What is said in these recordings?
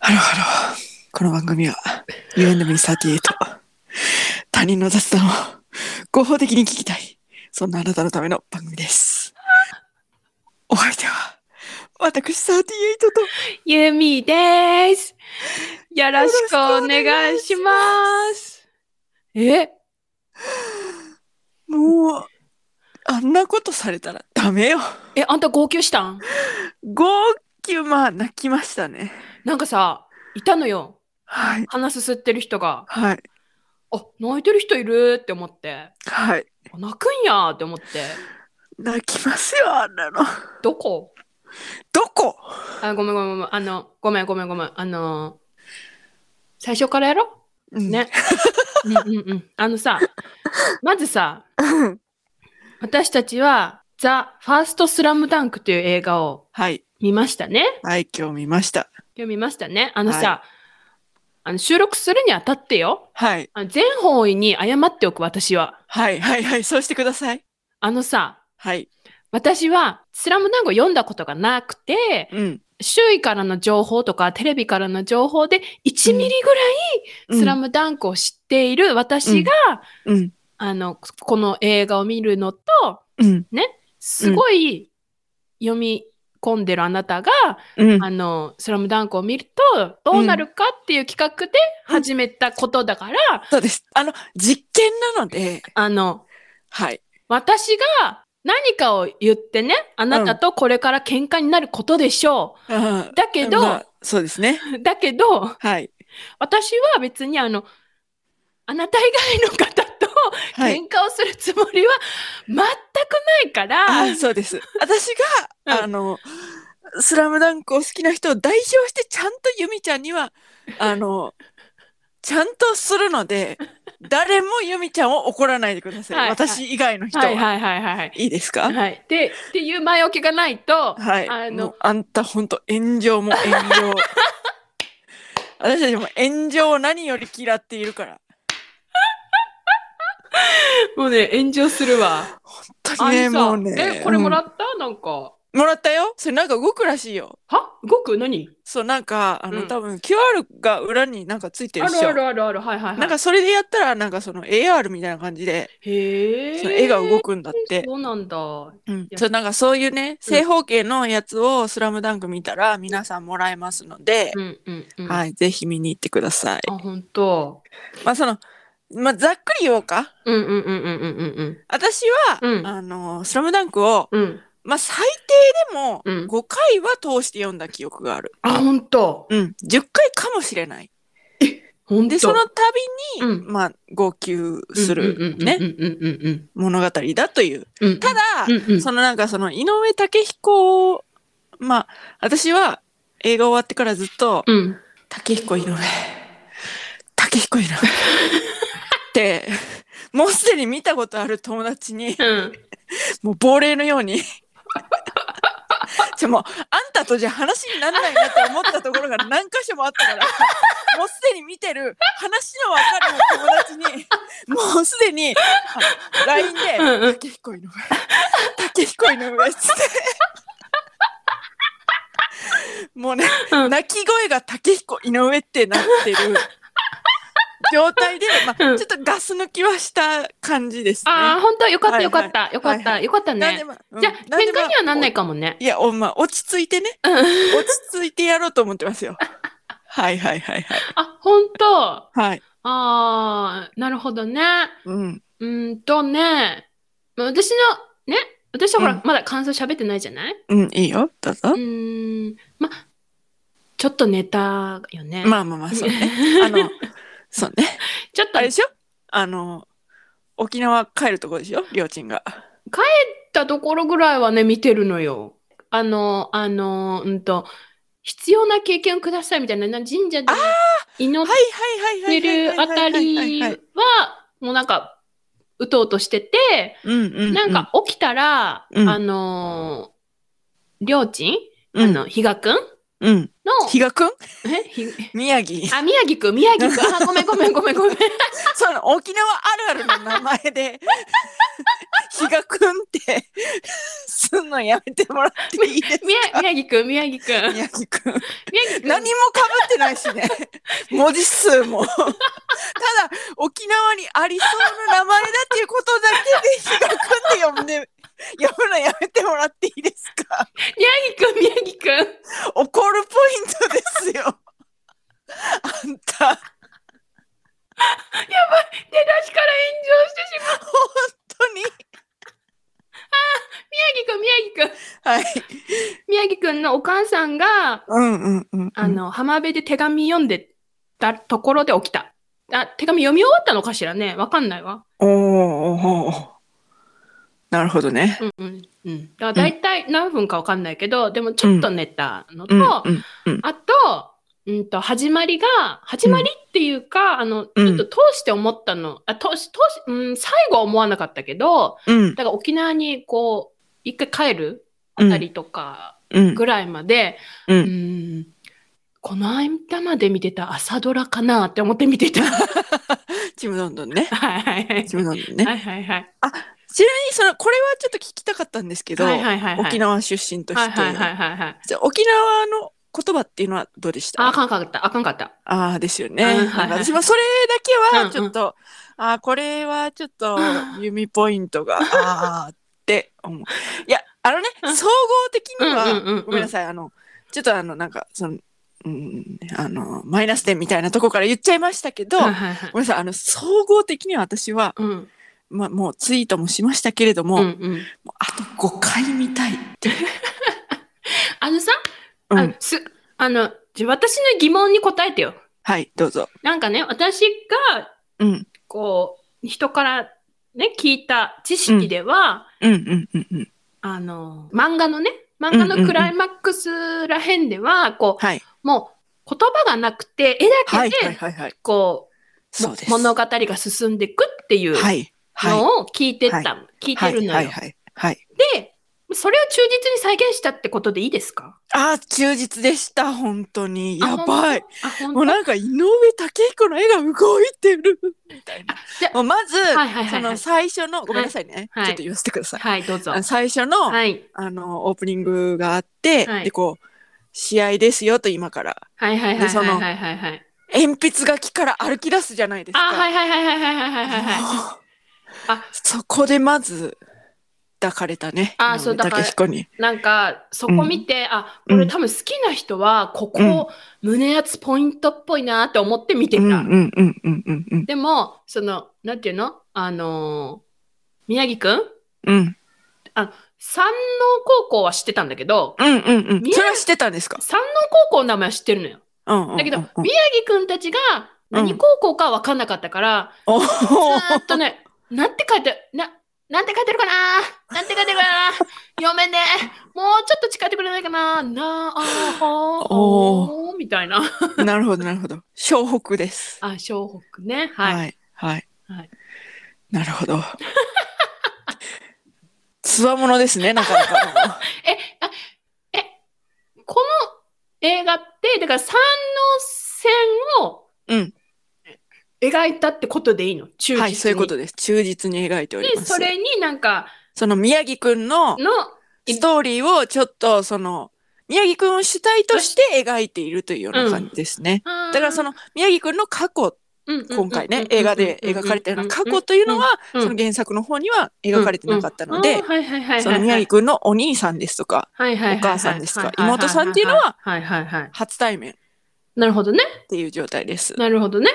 ハローハロー。この番組は UNM38 他人の雑談を合法的に聞きたい。そんなあなたのための番組です。お相手は私38とゆみです。よろしくお願いします。えもうあんなことされたらダメよ。え、あんた号泣したん号泣まあ泣きましたね。なんかさ、いたのよ。はい鼻すすってる人が。はいあ、泣いてる人いるって思って。はい。あ泣くんやって思って。泣きますよあんなの。どこどこあ、ごめんごめんごめん。あの、ごめんごめんごめん。あの最初からやろ ね。 うんうんうん。あのさ、まずさ、うん私たちは、ザ・ファースト・スラムダンクという映画をはい見ましたね。はい今日見ました。今日見ましたね。あのさ、あの収録するにあたってよ。はいあの全方位に謝っておく私は。はいはいはいそうしてください。あのさ、はい。私はスラムダンクを読んだことがなくて、うん。周囲からの情報とかテレビからの情報で1ミリぐらいスラムダンクを知っている私が、うん。あの、この映画を見るのと、うん。すごい読み込んでるあなたが、うん。あの、スラムダンクを見るとどうなるかっていう企画で始めたことだから、そうです。あの、実験なので、あの、はい。私が何かを言ってね、あなたとこれから喧嘩になることでしょだう。だけど、そうですね。 だけど、はい。私は別にあの、あなた以外の方と はい。喧嘩をするつもりは全くないから、あそうです。私が、うんあの、スラムダンクを好きな人を代表してちゃんとユミちゃんには、あの、ちゃんとするので、誰もユミちゃんを怒らないでください。はいはい私以外の人は。はいいはいはいはい。い、ですかはい。で、っていう前置きがない と、はい。あもうの、あんたほんと炎上も炎 上。私たちも炎上を何より嫌っているから。もうね、炎上するわ。本当にね、あのさもうね。え、これもらっ、った、なんか。うんもらったよ。それなんか動くらしいよ。は動く何そう、なんか、あの、うん多分 QR が裏になんかついてるあっるしょ。あるあるある。はいはいはい。なんかそれでやったら、なんかその AR みたいな感じで、へえ。その絵が動くんだって。そうなんだ。うん。そう、なんかそういうね、正方形のやつをスラムダンク見たら皆さんもらえますので、うんうんうん。い。はい、ぜひ見に行ってください。あ、本当。まあその、まあざっくり言おうか。うんうんうんうんうんうん私は、うんあの、スラムダンクを、うん。うん。まあ最低でもうん5回は通して読んだ記憶がある。あ、本当。うん、10回かもしれない。本当。で、その度に、うまあ、号泣するね、うんうんうん物語だという。うんうん。ただ、うんうん。そのなんかその、井上武彦を、まあ、私は映画終わってからずっと、うん。武彦井上、武彦井上って、もうすでに見たことある友達に、うん。もう亡霊のように。 じゃもうあんたとじゃ話にならないなって思ったところが何箇所もあったから もうすでに見てる話の分かる友達に もうすでにあ LINE でうんう「ん竹彦井上 竹彦井上」っつって もうねうん泣き声が竹彦井上ってなってる 状態で、まあ、ちょうっんとガス抜きはした感じですね。ああ、本当よかっはたいよかった。よかっはた。よかったなんでね。まじゃあ、うん喧嘩にはなんないでかもねま。いや、おまあ、落ち着い てね。うん落ち着いてやろうと思ってますよ。はいはいはいはい。あ、本当。はい。ああ、なるほどね。うん。うーんとね。まあ私の、ね。私はほうんら、まだ感想喋ってないじゃないうん、いいよ。どうぞう。ーん、ま、ちょっとネタよね。まあまあまあ、そうね。あ の、そうね。ちょっとあれ行でしっょあの、沖縄帰るとこでしょりょーちんが。たところぐらいはね、見てるのよ。あの、あの、うんと、必要な経験をくださいみたいな、な神社で祈はいっはいはいはていはいはいるあはたいはいはいりは。、はいもうなんか、うとうとしてて、うんうんうん。なんか起きたら、うんあの、りょうちん、うん、あの、比嘉くんうん。の、比嘉くんえひ宮城。あ、宮城くん、宮城くん。あ、ごめんごめんごめんごめん。その沖縄あるあるの名前 で比嘉くんってすんのやめてもらっていいです宮宮城くん、宮城くん。宮城くん宮城くん。何もかぶってない しね文字数もただ沖縄にありそうな名前だっていうことだけで比嘉くんって呼んで呼ぶのやめてもらっていいですか宮城くん、宮城くん。怒るポイントですよあんた出だしから炎上してしまう。本当に宮城くん、宮城くん。はい宮城くんのお母さんが、うんうんうん、うん、あの、浜辺で手紙読んでたところで起きた。あ、手紙読み終わったのかしらね。わかんないわ。おーおーおーなるほどね。うんうんうん。だから大体何分かわかんないけど、でもちょっと寝たのと、うんうんあと、うんと、始まりが、始まりっていうか、あの、ちうんょっと通して思ったの、あ、通し、通し、うん、最後は思わなかったけど、うんだから沖縄にこう、一回帰るあたりとかうんぐらいまで、うんうこの間まで見てた朝ドラかなって思って見て た。はちむどんどんね。いはいはい。ちむどんどんね。はいはいはい。ちなみにそのこれはちょっと聞きたかったんですけど、はいはいはいはい。沖縄出身として、はいはいはいはいはい。じゃあ沖縄の言葉っていうのはどうでしたあ、あかんかった。あかんかった。あーですよね。うんはいはい私もそれだけはちょっと、あーこれはちょっ とうん弓ポイントがあーって思う。いやあのねうん総合的には、うんうんうんうんごめんなさいあのちょっとあのなんかその、うん、あのマイナス点みたいなとこから言っちゃいましたけど、はいはいはいごめんなさいあの総合的には私は、うん。ま、もうツイートもしましたけれども、うんう。もうんあと5回見たいっていう。あのさ、うんあのすあの、じゃ私の疑問に答えてよ。はいどうぞ。なんかね、私が、うんこう、人からね、聞いた知識では、うんうんうんうん。あの、漫画のね、漫画のクライマックスらへんでは、こう、はいもう言葉がなくて、絵はだけいで、はいはいはい。こう、そうです。物語が進んでいくっていうはいはい。のを聞いてた、はい聞いてるのよ、はいはいはい、はい。で、それを忠実に再現したってことでいいですかあー忠実でした本当にやばい。。あ、本当もうなんか井上武彦の絵が動いてるみたいなあ。じゃもうまず、はいはいそはいはいの。最初のごめんなさいね、はいちょっと言わせてください。はい、どうぞあの。最初の、はい。あのオープニングがあって、はいでこう試合ですよと今からはいはいはいでそはいのはいはいはい。鉛筆が木から歩き出すじゃないですあ、か。はいはいはいはいはいはいはいはい。もうあそこでまず抱かれたね。あーそうだか武ら彦に。なんか、そこ見て、あ、こうれん多分好きな人は、ここ、胸圧ポイントっぽいなって思って見てうんうた。んうんうんうんうんでも、その、なんていうのあのー、宮城くんうん山王高校は知ってたんだけど、うんうんうん。宮それは知ってたんですか。山王高校の名前は知ってるのよ。うんうんうんうんだけど、宮城くんたちが何高校か分かんなかったから、おずーっとね、 なんて書いて、な、なんて書いてるかななんて書いてるかな読めねえ。もうちょっと近寄ってくれないかななあ、ほー、ほー、みたいな。ー なるほどなるほど。湘北です。あ、湘北ね。はい。はいはいはいなるほど。 つわものですねなかなかえ、あ、え、この映画って、だから三能の。うん線を描いたってことでいいの 忠実に。はいそういうことです。忠実に描いておりで、ます。それになんか、その宮城くんのの、ストーリーをちょっとその宮城くんを主体として描いているというような感じですね。だからその、の宮城くんの過去今今回ね映画で描かれたような過去というのはその原作の方には描かれてなかったのでその宮城くんのお兄さんですとかはいはいはいはいお母さんですかはいはいはい妹さんっていうのははいはいはい。初対面っなるほどね。ていう状態です。なるほどね。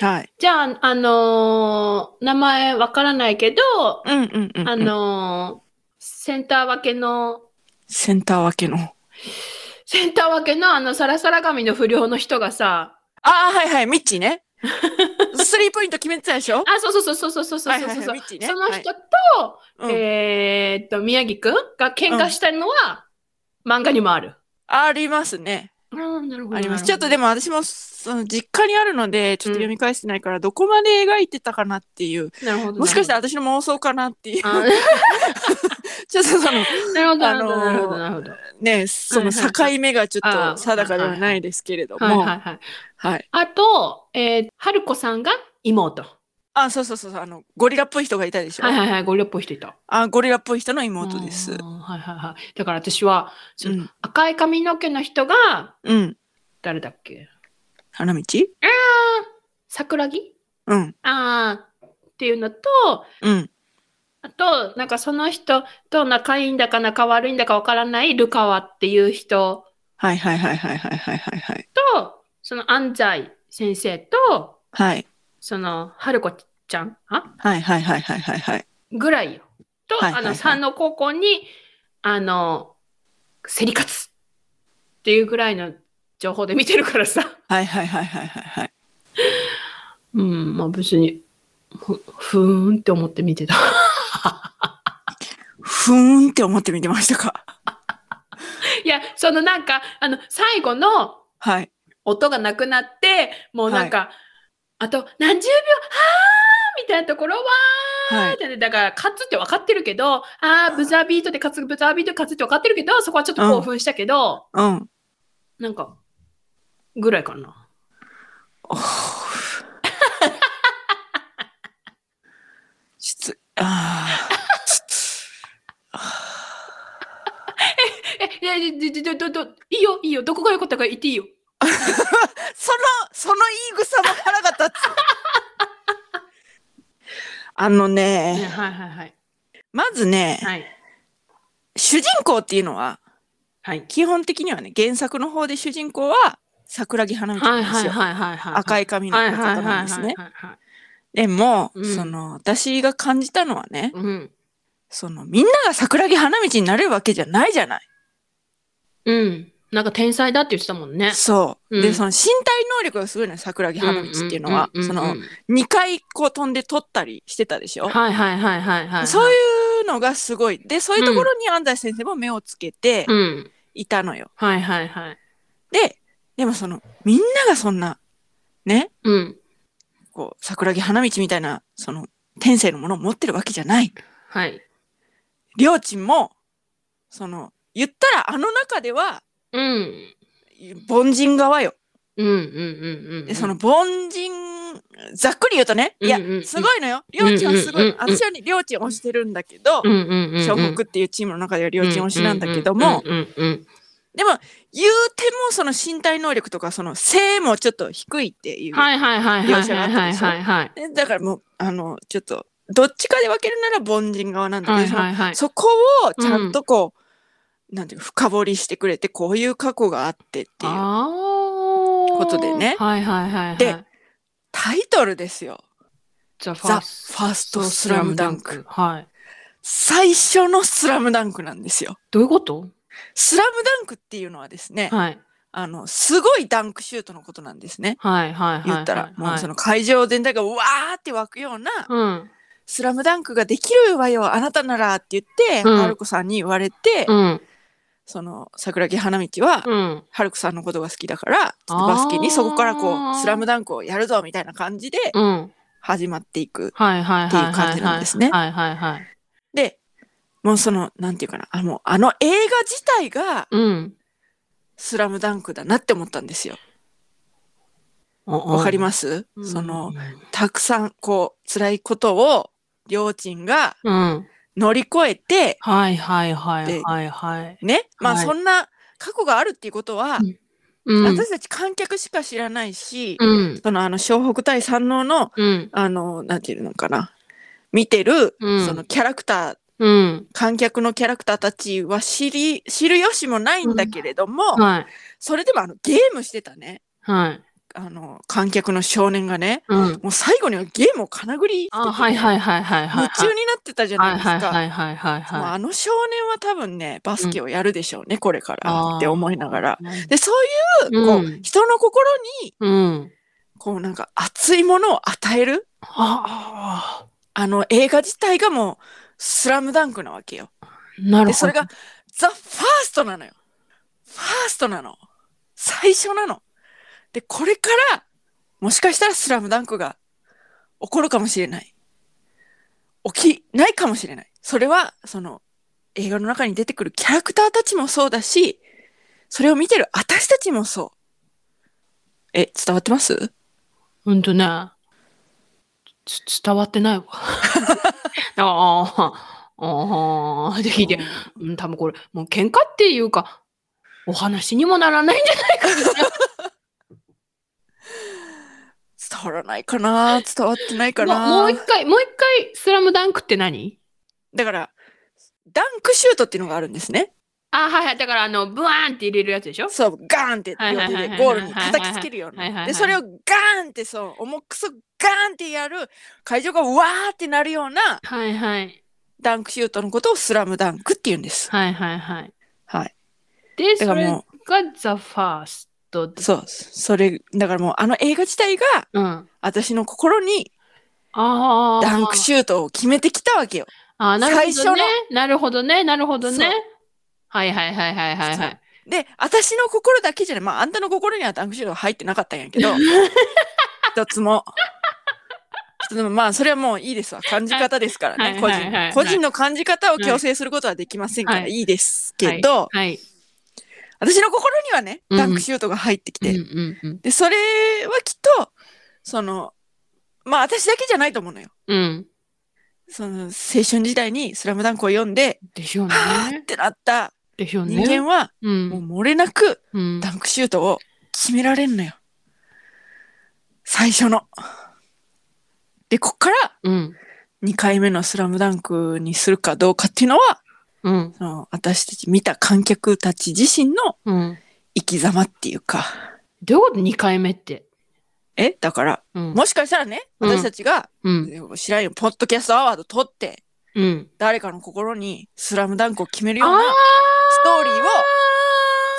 はい。じゃあ、あのー名前わからないけど、うんうんうんうん。あのーセンター分けの、センター分けの。あセンター分けのあのサラサラ髪の不良の人がさ、あーはいはいミッチー ね。スリーポイント決めてたでしょ。あ、そうそうそうそうそうそうそうそはいはうそう、いはいミッチーねその人と、うんえーっと、宮城くんが喧嘩したのは、漫画にもある。ありますね。ああ、なるほあります。ちょっとででも私もその実家にあるのでちょっと読み返してないからどこまで描いてたかなっていう。も、なるほどもしかしたら、 ら私の妄想かなっていう。あちょっとそのなるほど、あなのーるほど、なるほど。ね、その境目がちょっあとー定かではないですけれどはいも、はいはい。はい。あと、えー、春子さんが妹。あ、そうそうそうそう、あの、ゴリラっぽい人がいたでしょはい。はいはい、ゴリラっぽい人いた。あ、ゴリラっぽい人の妹でうすん。はいはいはい。だから私は、そうのん。赤い髪の毛の人が、うん。誰だっけ花道桜木うん。ああ、っていうのと、うん。あと、なんかその人と仲いいんだか仲悪いんだかわからないルカワっていう人はいはいはいはいはいはいはいはい。と、その安西先生と、はい。その春子ちゃんあはいはいはいはいはいはい。ぐらいよ。と、はいはいあはの、い山王高校に、あの、競り勝つっていうぐらいの情報で見てるからさ。はいはいはいはいはいはい。うん、まあ別に、ふ、ふーんって思って見てた。ふーんって思って見てましたか。いや、そのなんか、あの、最後のはい。音がなくなって、もうなんか、あと何十秒、あーみたいなところは、はみい。たいなだから、勝つって分かってるけど、あーブザービートで勝つ、ブザービートで勝つって分かってるけど、そこはちょっと興奮したけど、うん。なんか、ぐらいかな。おー ちょっと、あーえ、いや、いやいやど、ど、ど、いいよ、いいよ、どこが良かったか言っていいよ。その、その言い草も腹が立つ。あのはいね、はいはい。まずね、はい。主人公っていうのは、はい。基本的にはね、原作の方で主人公は桜木花道なはいんではすいよ。はいはいはい。赤いい髪のはい方はいなはんいですはいね。はい。でも、うんその、私が感じたのはね、うん。その、みんなが桜木花道になれるわけじゃないじゃない。うん。なんか天才だって言ってたもんね。そう。うんで、その身体能力がすごいのよ桜木花道っていうのは、んんそんんの、2回こう飛んで取ったりしてたでしょ。はいはいはいはいはい。。そういううのがすごい。で、そういうところに安西先生も目をつけてうん。いたのよ。はいはいはい。で、でもその、みんながそんな、ね、うん。こう、桜木花道みたいな、その、天性のものを持ってるわけじゃない。はい。りょうちんも、その、言ったらあの中では、うん。凡人側よ。うんうんうんうん。で、その、凡人、ざっくり言うとね、いやうんうんう、んすごいのよ。りょうちんはすごうんいうん。うんうん私はりょうちん推してるんだけどう、んうんうん。小国っていうチームの中ではりょうちん推しなんだけども、うんうんうん。でも、言うても、その身体能力とか、その性もちょっと低いっていう。はいはいはいはいはいはいはいはい。でだからもう、あの、ちょっと、どっちかで分けるなら凡人側なんだけど、はいはいはい。そのそこをちゃんとこう、なんていうか、深掘りしてくれて、こういう過去があってっていう。あーことでねはいはいはいはい。で、タイトルですよ。ザ・フザ・ァフーァーススト・ト・ススララムムダダンンク。。クはい。最初のスラムダンクなんですよ。どういうことスラムダンクっていうのはですね、はい。あの、すごいダンクシュートのことなんですね。はいはいはい。言ったら、もうその会場全体がうわーって湧くような、うん。スラムダンクができるわよ、あなたならって言って、うんハルコさんに言われて、うん。その、桜木花道は、うん。ハルコさんのことが好きだから、あーバスケにそこからこう、スラムダンクをやるぞみたいな感じでうん。始まっていく。はいはいはいはい。っていう感じなんですねはいはいはい。で、もうその、なんていうかな、あの、あの映画自体がうん。スラムダンクだなって思ったんですよ。わわかりす。ます、うんその、、たくさんこう、辛いことを、りょうちんがうん。乗り越えて、はいはいはいではいはい。ね、まあはいそんな過去があるっていうことは、うん。私たち観客しか知らないし、うん。そのあの湘北対山王のうん。あのなんていうのかな見てる、うんそのキャラクターうん。観客のキャラクターたちは知り知る由もないんだけれども、はい。それでもあのゲームしてたねはい。あの観客の少年がねうん。もう最後にはゲームをかなぐりしててあ、はいはいはいはいはい。夢中になってたじゃないですか。はいはいはいはいはもいうはい。あの少年は多分ねバスケをやるでしょうね、これからあーって思いながら。でそういうこう、うん人の心にうん。こうなんか熱いものを与えるああ。あの映画自体がもうスラムダンクなわけよ。なでるほど。それがザ・ファーストなのよ。ファーストなの。最初なの。でこれからもしかしたらスラムダンクが起こるかもしれない。起きないかもしれない。それはその映画の中に出てくるキャラクターたちもそうだし、それを見てる私たちもそう。え、伝わってますほんとね。つ伝わってないわ。 ああ、ああ、で聞いて、うん、多分これ、もう喧嘩っていうか、お話にもならないんじゃないかな。伝わらないかな伝わってないかなもうもう一回、もう一回、スラムダンクって何だから、ダンクシュートっていうのがあるんですね。あはいはい。だから、あの、ブワーンって入れるやつでしょそう、ガーンってはいはい両はいはい手でゴールに叩きつけるようはいはいはいな。はいで、それをガーンってそう、重くそガーンってやる、会場がわーってなるようなはいはい。ダンクシュートのことをスラムダンクって言うんです。はいはいはい。はい。で、だそかれらがも The First う、そう、それ、だからもうあの映画自体がうん。あ私の心にあ。ダンクシュートを決めてきたわけよ。ああ、なるほ最ど初ねの。なるほどね。なるほどそうね。はいはいはいはいはいはい。で、私の心だけじゃない、まああんたの心にはダンクシュートは入ってなかったんやけ ど、一つも。でもまあそれはもういいですわ。感じ方ですからはいはね。い個はいはい人個人の感じ方を強制することはできませんからはいいいですけど、はい。私の心にはね、うんダンクシュートが入ってきうんうて、んうん。で、それはきっと、その、まあ私だけじゃないと思うのよ。うん。その青春時代にスラムダンクを読んで、でしょうはぁっ ね。てなったでしょう人ね。間は、うもん。う漏れなくうん。ダンクシュートを決められんのよ。最初の。で、こっからうん。 2回目のスラムダンクにするかどうかっていうのは、うん。その私たち見た観客たち自身のうん。生き様っていうか。どういうこと ?2 回目って。えだから、うん。もしかしたらね、うん私たちが、うん。知らんよ、ポッドキャストアワード取って、うん。誰かの心にスラムダンクを決めるあようなストーリーをあ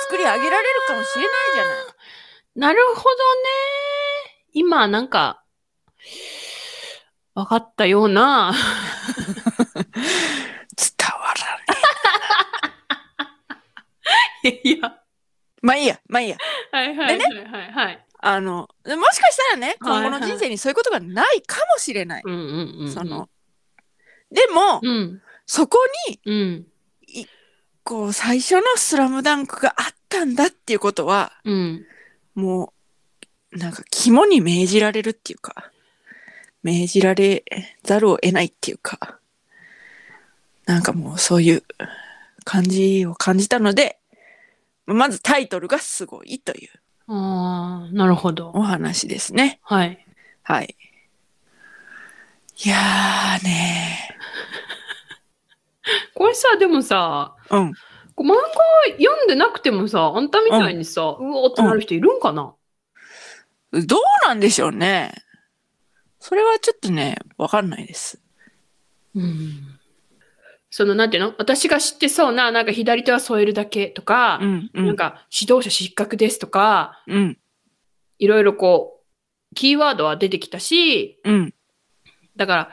作り上げられるかもしれないじゃない。なるほどね。今、なんか、わかったような。 伝わらない。いや。まあいいや、まあいいや。はいはいはいはいはい。あの、もしかしたらね、はい今はい後の人生にそういうことがないかもしれない。うんうんうんうん。その、でも、うん。そこに、うん。こう、最初のスラムダンクがあったんだっていうことは、うん。もう、なんか肝に銘じられるっていうか、銘じられざるを得ないっていうか、なんかもうそういう感じを感じたので、まずタイトルがすごいというああ、なるほど。お話ですね。はい。はい。いやーねこれさ、でもさ、ー。うん。こう漫画読んでなくてもさ、あんたみたいにさ、うおーってなる人いるんかな、どうなんでしょうね。それはちょっとね、わかんないです。うん、その、なんていうの私が知ってそうな、なんか左手は添えるだけとか、うん、うなんん、か指導者失格ですとか、うん、いろいろこう、キーワードは出てきたし、うん、だから、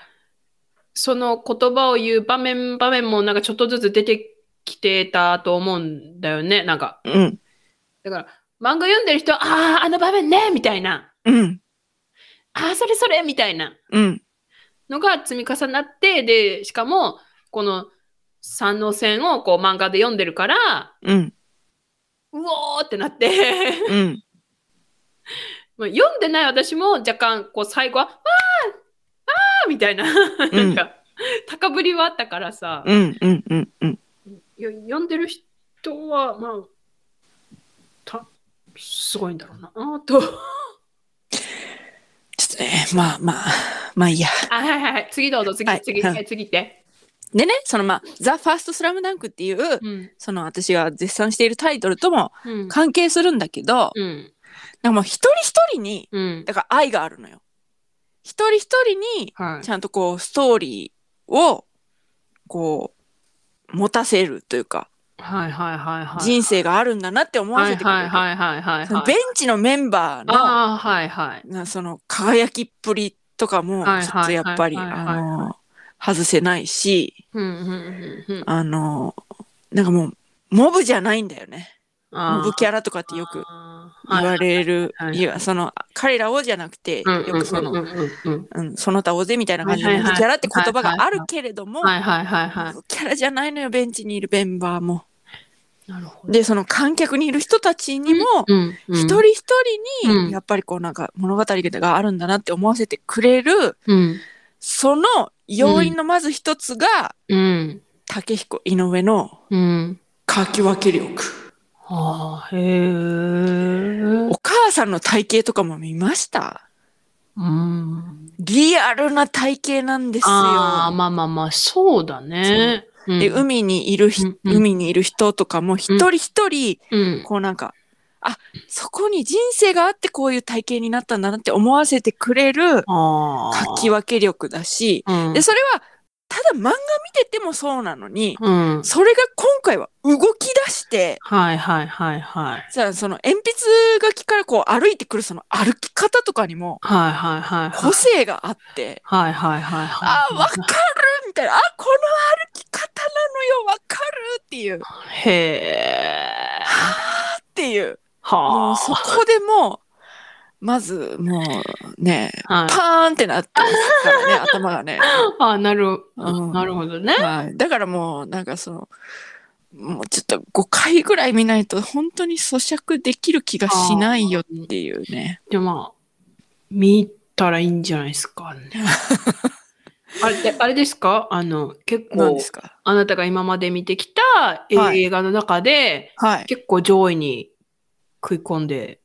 その言葉を言う場面場面もなんかちょっとずつ出てきてたと思うんだよね。なんか、うん、だから、漫画読んでる人は、ああ、あの場面ねみたいな。うん、ああ、それそれみたいなうん、のが積み重なって、で、しかも、この三能線をこう漫画で読んでるから、うん、うおーってなって、うん。まあ読んでない私も若干、こう最後は、わーわーみたいな、なんか、高ぶりはあったからさ、うん、うん、うん、うん。よ読んでる人は、まあ、た、すごいんだろうな、あーと。ちょっとね、まあまあ、まあいいや。あ、はいはいはい、次どうぞ、次、はい次、はいはい、次行って。でね、そのまあ、ザ・ファースト・スラムダンクっていう、うん。その私が絶賛しているタイトルともうん。関係するんだけど、うん。なんかもう一人一人に、うん。だから愛があるのよ。一人一人に、はいち。ゃんとこうストーリーをこう持たせるというか、はいはいはいはい。人生があるんだなって思わはせいてくれる、はいはいはいはいそのはい。ベンチのメンバーのああ、はいはい。なその輝きっぷりとかもはいはいちょっとやっぱりはいはいあの外せないしうんうんうんうん。あのなんかもうモブじゃないんだよねあモブキャラとかってよくあはい言われる、はいはいいやその彼らをじゃなくて、うんよくその、うんうんうんうん、その他大勢みたいな感じで、はいはいはいキャラって言葉があるけれども、はいはいはいはキャラじゃないのよベンチにいるメンバーも。い。なるほど。でその観客にいる人たちにも、うんうん一人一人うんにやっぱりこうなんか物語があるんだなって思わせてくれるうんその要因のまず一つがうん竹彦井上のうん。かき分け力はあ、へえ。お母さんの体型とかも見ましたうん。リアルな体型なんですああ、よ。まあまあまあ、そうだね。うんで海にいるひ、うんうん海にいる人とかも一人一人うん。こうなんかあそこに人生があってこういう体型になったんだなって思わせてくれるああ。かき分け力だしうんで、それは、ただ漫画見ててもそうなのに、うん。それが今回は動き出して、はいはいはいはい。さあ、その鉛筆書きからこう歩いてくるその歩き方とかにも、はいはいはいはい。個性があって、はいはいはいはい。あー、わかるみたいな、あ、この歩き方なのよ、わかるっていう、へえ。っていう。はもあ。うそこでもう、まず、もうね、はいパーンってなってますからね、 頭がね。ああ、なる、うんなるほどね。はい、だからもうなんかそのもうちょっと5回ぐらい見ないと本当に咀嚼できる気がしないよっていうねで、まあ、見たらいいんじゃないですか ね。あれであれですかあの、結なん構で、すかあなたが今まで見てきた映画の中で、はい結構上位に食い込んで。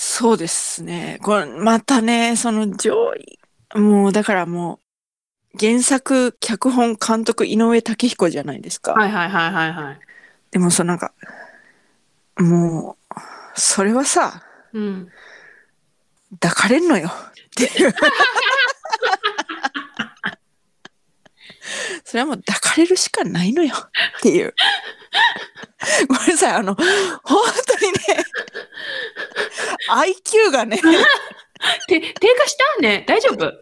そうですねこれまたねその上位もうだからもう原作脚本監督井上武彦じゃないですか、はいはいはいはいはい。でもそのなんかもうそれはさうん。抱かれんの よっていうそれはもう抱かれるしかないのよっていうごめんなさいあの本当にね IQ がねて、低下したね。大丈夫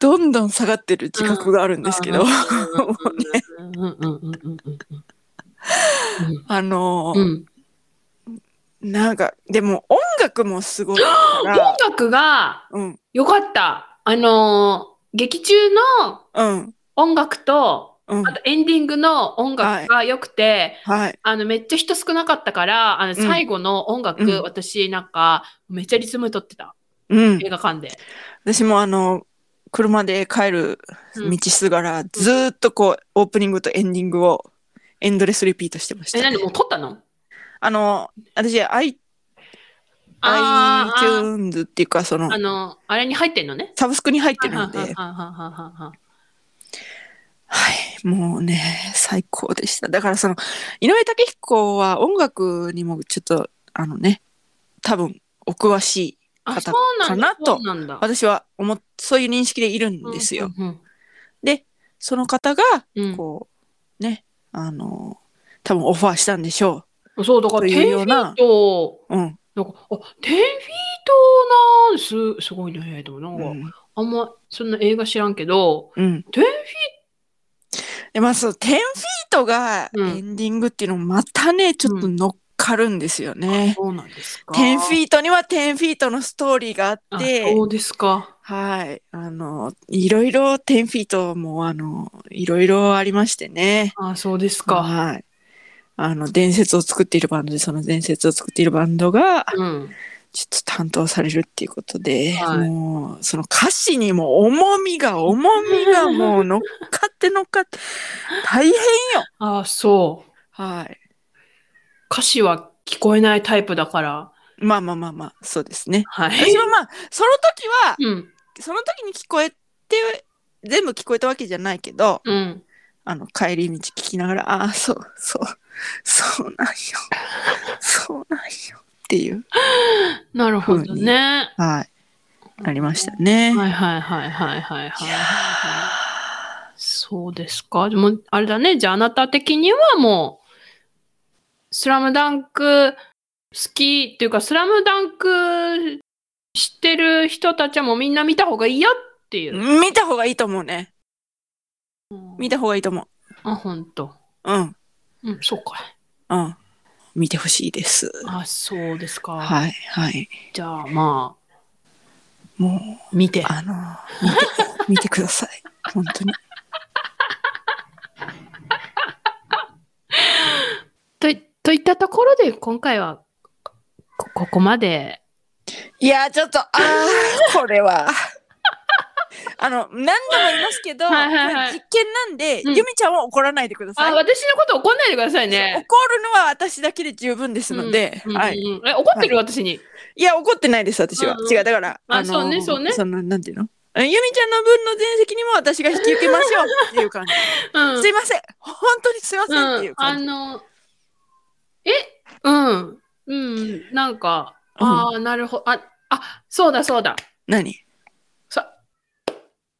どんどん下がってる自覚があるんですけど、うんもうねうんうんうん うんうんあのうん。うん。なんかでも音楽もすごいか音ら楽がうん良かった。あのー劇中のうん音楽と、うんあとエンディングの音楽が良くて、はいあの、めっちゃ人少なかったから、あの、最後の音楽、うん私なんか、めっちゃリズム取ってた。うん映画館で。私もあの車で帰るうん道すがら、ずーっとこうオープニングとエンディングをエンドレスリピートしてましえ、た、何もう撮ったのあの私 i あーあー iTunes っていうかそのあの、あれに入ってんのね。サブスクに入ってはるんいはいではいははいもうね最高でしただからその井上武彦は音楽にもちょっとあのね多分お詳しいいはい。あ、方そうなんだ。かなとそうなんだ。私は思っそういう認識でいるんですよ、うん。その方がうんうんこうねあの多分オファーしたんでしょうんそう、だから、とテいうよンフィうなート、ううん、なんか、あ、テンフィートなんす、すごいね。でもなんうか、んあんま、そんな映画知らんけど、うん、テンフィーでまあそう10フィートがうんエンディングっていうのもまたねちょっと乗っかるんですよね。ト、そうなんですか。 10フィートには10フィートのストーリーがああってそうですか。はいあのいろいろ10フィートもあのいろいろありましてね。あ、そうですか。はいあの伝説を作っているバンドでその伝説を作っているバンドがうん。ちょっと担当されるっていうことで、はいもうその歌詞にも重みが重みがもう乗っかって乗っかって大変よあ、そう。はい歌詞は聞こえないタイプだから。まあまあまあまあ、そうですね。はい。私はまあ、その時は、うん。その時に聞こえて、全部聞こえたわけじゃないけど、うん。あの、帰り道聞きながら、ああ、そう、そう、そうなんよ。そうなんよ。っていう、なるほどね。はい、ありましたね。はいはいはいはいいはいやはい。そうですか。でも、あれだね。じゃあ、あなた的にはもう、スラムダンク好きっていうか、スラムダンク知ってる人たちはもうみんな見た方がいいよっていう。ー見た方がいいと思うね。見た方がいいと思あ、ほんと。う。うん、うん、そうか。うん。見てほしいです。あ、そうですか。はいはい。じゃあ、まあ、もう見て。あの見て見てください。本当に。とい、といったところで、今回は、こここまで。いやーちょっとあーこれは。あの何度も言いますけど、はいはいはこれ実い験なんで、うんゆみちゃんは怒らないでください。あ、私のこと怒んないでくださいそうね。怒るのは私だけで十分ですので、うんうんはい、え、怒ってる、私に。いや怒ってないです私は、うんうん違うだからあのそうねそうねそのなんていうのあゆみちゃんの分の全責任も私が引き受けましょうっていう感じ、 うん。すいません本当にすいませんってういんう、あ感じ、の、え、うん、うん、なんか、うんああ、なるほど、あ、あ、そうだそうだ、何さ、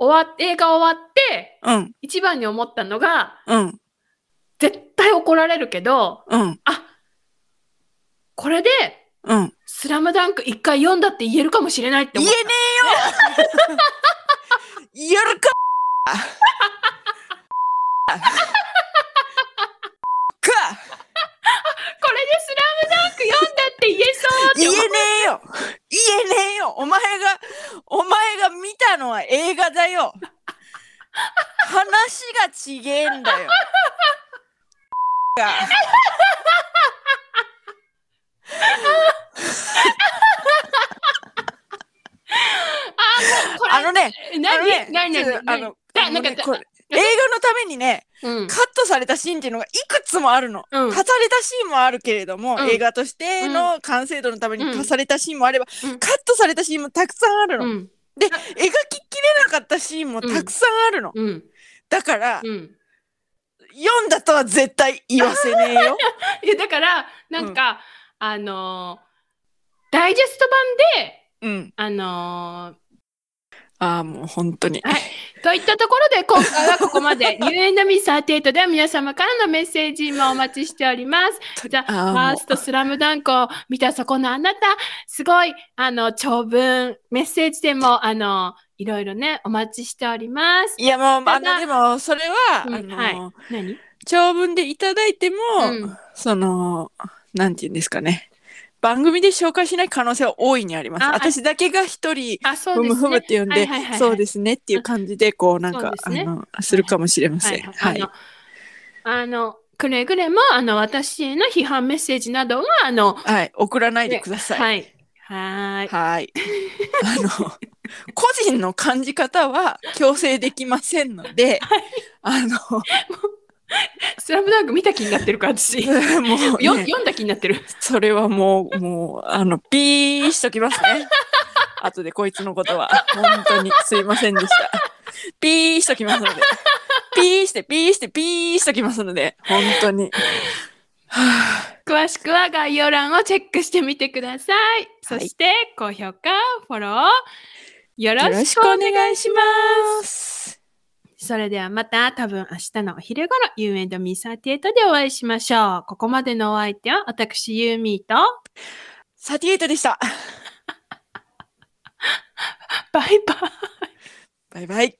終わっ映画終わって、うん一番に思ったのが、うん絶対怒られるけど、うんこれで、うんスラムダンク一回読んだって言えるかもしれないって言え思ねっえよやるかかこれでスラムダンク読んだって言えそうって言え思ねっえよ言えねえよお前がお前が見たのは映画だよ話がちげえんだよがこれあのねあの何、ね何、ちょっ何、とあ何のあのねだなんかこれ映画のためにねうんカットされたシーンっていうのがいくつもあるのうん足されたシーンもあるけれども、うん映画としての完成度のためにうん足されたシーンもあれば、うんカットされたシーンもたくさんあるの、う描ん、ききれなかったシーンもたくさんあるの、うん、だから、うん。読んだとは絶対言わせねえ よいやだからなんか、あのーダイジェスト版でうんあのああもう本当にはいーといったとこ ろで今回はここまでニューエンドミス38では皆様からのメッセージもお待ちしております。じゃああーファーストスラムダンクを見たそこのあなたすごいあの長文メッセージでもあのいろいろねお待ちしております。いやもうたあだのでもそれは、うんあのはい何？長文でいただいても、うんそのなんて言うんですかね番組で紹介しない可能性は大いにありますあはい私だけが一人あそふうでむすふむっね。て呼んはいではいはいはい、そうですねっていう感じで、こうなんそうかで、すあねの、するかもしれません。ははいいあの。あのくれぐれもあの私への批判メッセージなどはあのはい。送らないでください。はい。はーい。はい。あの、個人の感じ方は強制できませんので、あの、スラムダンク見た気になってるから 私。よもうね、読んだ気になってる。それはもう、もう、あの、ピーしときますね。後でこいつのことは、本当にすいませんでした。ピーしときますので。ピーして、ピーして、ピーしときますので、本当に。詳しくは概要欄をチェックしてみてください。そはいして、高評価、フォロー、よろしくお願いします。す。それではまた多分明日のお昼頃、You and Me38 でお会いしましょう。ここまでのお相手は私、ユーミーと、サティエイトでした。バイバイ。バイバイ。